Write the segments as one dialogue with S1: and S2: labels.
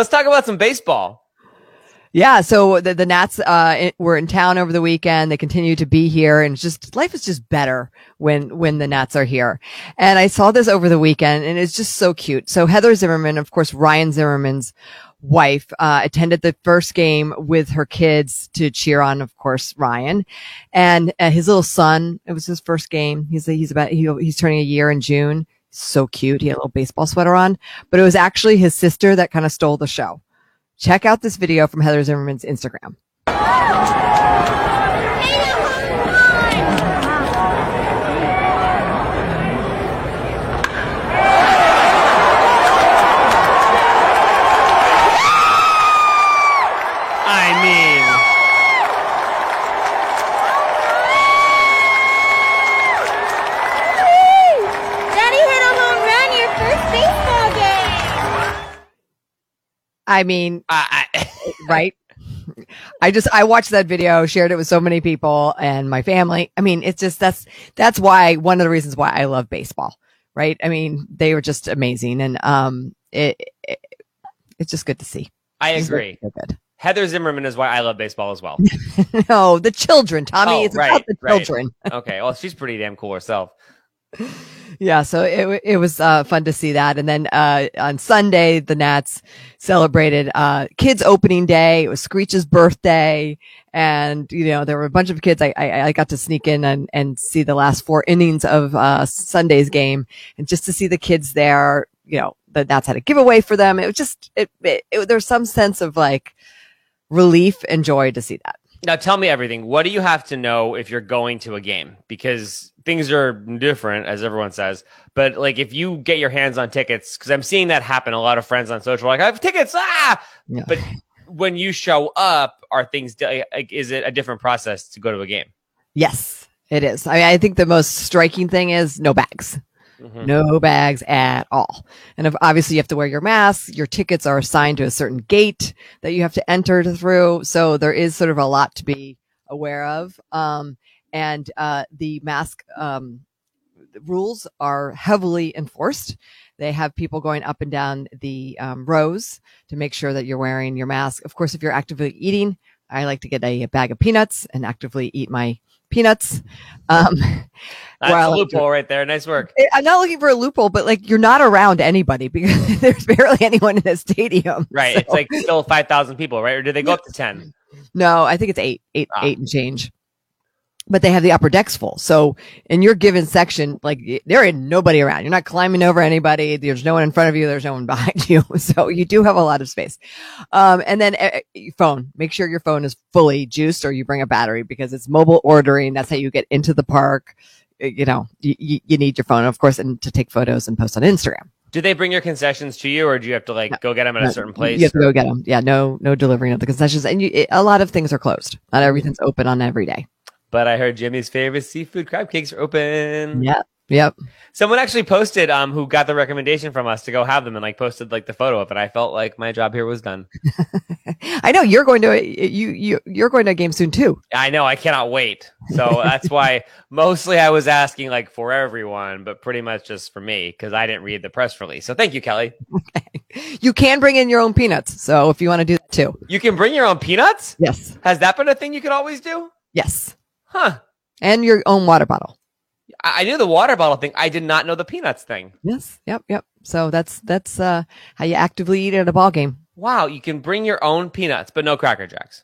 S1: Let's talk about some baseball.
S2: Yeah, so the, the Nats uh, in- were in town over the weekend. They continue to be here, and it's just life is just better when when the Nats are here. And I saw this over the weekend, and it's just so cute. So Heather Zimmerman, of course, Ryan Zimmerman's wife, uh, attended the first game with her kids to cheer on, of course, Ryan and uh, his little son. It was his first game. He's he's about he, he's turning a year in June. So cute. He had a little baseball sweater on, but it was actually his sister that kind of stole the show check out this video from Heather Zimmerman's Instagram.
S1: I mean,
S3: Daddy hit a home run your first baseball game.
S2: I mean,
S1: I, I,
S2: right? I just I watched that video, shared it with so many people and my family. I mean, it's just that's that's why one of the reasons why I love baseball, right? I mean, they were just amazing and um it, it it's just good to see.
S1: I
S2: It's
S1: agree.
S2: really Good.
S1: Heather Zimmerman is why I love baseball as well.
S2: No, the children, Tommy.
S1: Oh,
S2: it's about
S1: right,
S2: the
S1: right.
S2: children.
S1: Okay. Well, she's pretty damn cool herself.
S2: Yeah, so it wa- it was uh, fun to see that, and then uh, on Sunday the Nats celebrated uh, kids' opening day. It was Screech's birthday, and you know there were a bunch of kids. I I, I got to sneak in and, and see the last four innings of uh, Sunday's game, and just to see the kids there, you know the Nats had a giveaway for them. It was just it, it, it there's some sense of like relief and joy to see that.
S1: Now tell me everything. What do you have to know if you're going to a game? Because things are different, as everyone says. But like, if you get your hands on tickets, because I'm seeing that happen. A lot of friends on social are like, "I have tickets!" Ah,
S2: Yeah.
S1: but when you show up, are things di- like? Is it a different process to go to a game?
S2: Yes, it is. I mean, I think the most striking thing is no bags.
S1: Mhm.
S2: no bags at all. And if, obviously, you have to wear your mask. Your tickets are assigned to a certain gate that you have to enter through. So there is sort of a lot to be aware of. Um, and uh, the mask um, the rules are heavily enforced. They have people going up and down the um, rows to make sure that you're wearing your mask. Of course, if you're actively eating, I like to get a bag of peanuts and actively eat my peanuts. Um,
S1: That's
S2: Well,
S1: a loophole right there. Nice work.
S2: I- I'm not looking for a loophole, but like you're not around anybody because there's barely anyone in the stadium.
S1: Right. It's
S2: So-
S1: like still five thousand people, right? Or did they go up to ten?
S2: no, I think it's eight, eight,
S1: Ah.
S2: eight and change. But they have the upper decks full. So in your given section, like y- there ain't nobody around. You're not climbing over anybody. There's no one in front of you. There's no one behind you. So you do have a lot of space. Um, and then uh, uh, phone, make sure your phone is fully juiced or you bring a battery because it's mobile ordering. That's how you get into the park. Uh, You know, you, you, you need your phone, of course, and to take photos and post on Instagram.
S1: Do they bring your concessions to you, or do you have to like go get them at
S2: No,
S1: a certain place?
S2: You have to go get them. Yeah, no, no delivering of the concessions, and you, it, a lot of things are closed. Not
S1: Mm-hmm.
S2: everything's open on every day.
S1: But I heard Jimmy's favorite seafood crab cakes are open.
S2: Yep, yep.
S1: Someone actually posted um who got the recommendation from us to go have them and like posted like the photo of it. I felt like my job here was done.
S2: I know you're going to a- you you you're going to a game soon too.
S1: I know I cannot wait. So that's why mostly I was asking like for everyone, but pretty much just for me because I didn't read the press release. So thank you, Kelly.
S2: You can bring in your own peanuts, so if you want to do that too.
S1: You can bring your own peanuts.
S2: Yes,
S1: Has that been a thing you could always do?
S2: yes,
S1: Huh.
S2: and your own water bottle.
S1: I, I knew the water bottle thing. I did not know the peanuts thing.
S2: Yes, yep, yep. So that's that's uh how you actively eat at a ball game.
S1: Wow, you can bring your own peanuts, but no cracker jacks.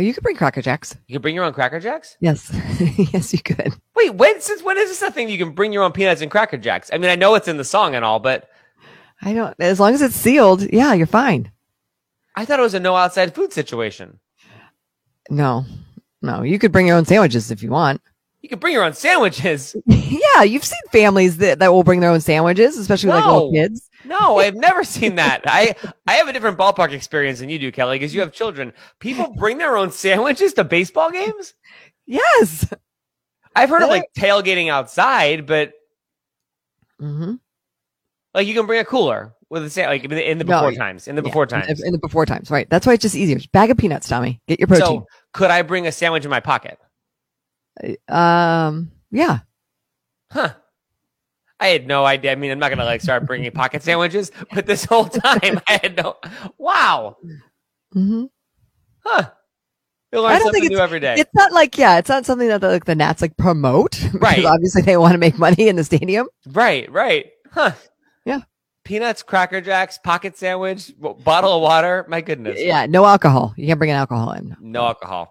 S2: Oh, You could bring Cracker Jacks.
S1: You can bring your own cracker jacks.
S2: Yes, yes, you could.
S1: Wait, when since when is this a thing you can bring your own peanuts and cracker jacks? I mean, I know it's in the song and all, but
S2: I don't. As long as it's sealed, yeah, you're fine.
S1: I thought it was a no outside food situation.
S2: No, no, you could bring your own sandwiches if you want.
S1: You can bring your own sandwiches.
S2: Yeah, you've seen families that, that will bring their own sandwiches, especially like
S1: No.
S2: little kids.
S1: No, I've never seen that. I I have a different ballpark experience than you do, Kelly, because you have children. People bring their own sandwiches to baseball games.
S2: Yes.
S1: I've heard of like tailgating outside, but Mm-hmm.
S2: hmm
S1: like you can bring a cooler with a sa- like in the, in the
S2: No,
S1: before
S2: yeah.
S1: times. In the before times.
S2: In the before times, right. That's why it's just easier. Bag of peanuts, Tommy. Get your protein.
S1: So could I bring a sandwich in my pocket?
S2: um, yeah.
S1: Huh. I had no idea. I mean, I'm not gonna like start bringing pocket sandwiches, but this whole time I had no. Wow,
S2: hmm
S1: huh? You learn
S2: I don't
S1: something
S2: think
S1: new every day.
S2: It's not like yeah, it's not something that the, like the Nats like promote. because
S1: Right.
S2: Obviously, they want to make money in the stadium.
S1: Right, right. Huh.
S2: Yeah.
S1: Peanuts, Cracker Jacks, pocket sandwich, w- bottle of water. My goodness.
S2: Yeah. No alcohol. You can't bring an alcohol in.
S1: No alcohol.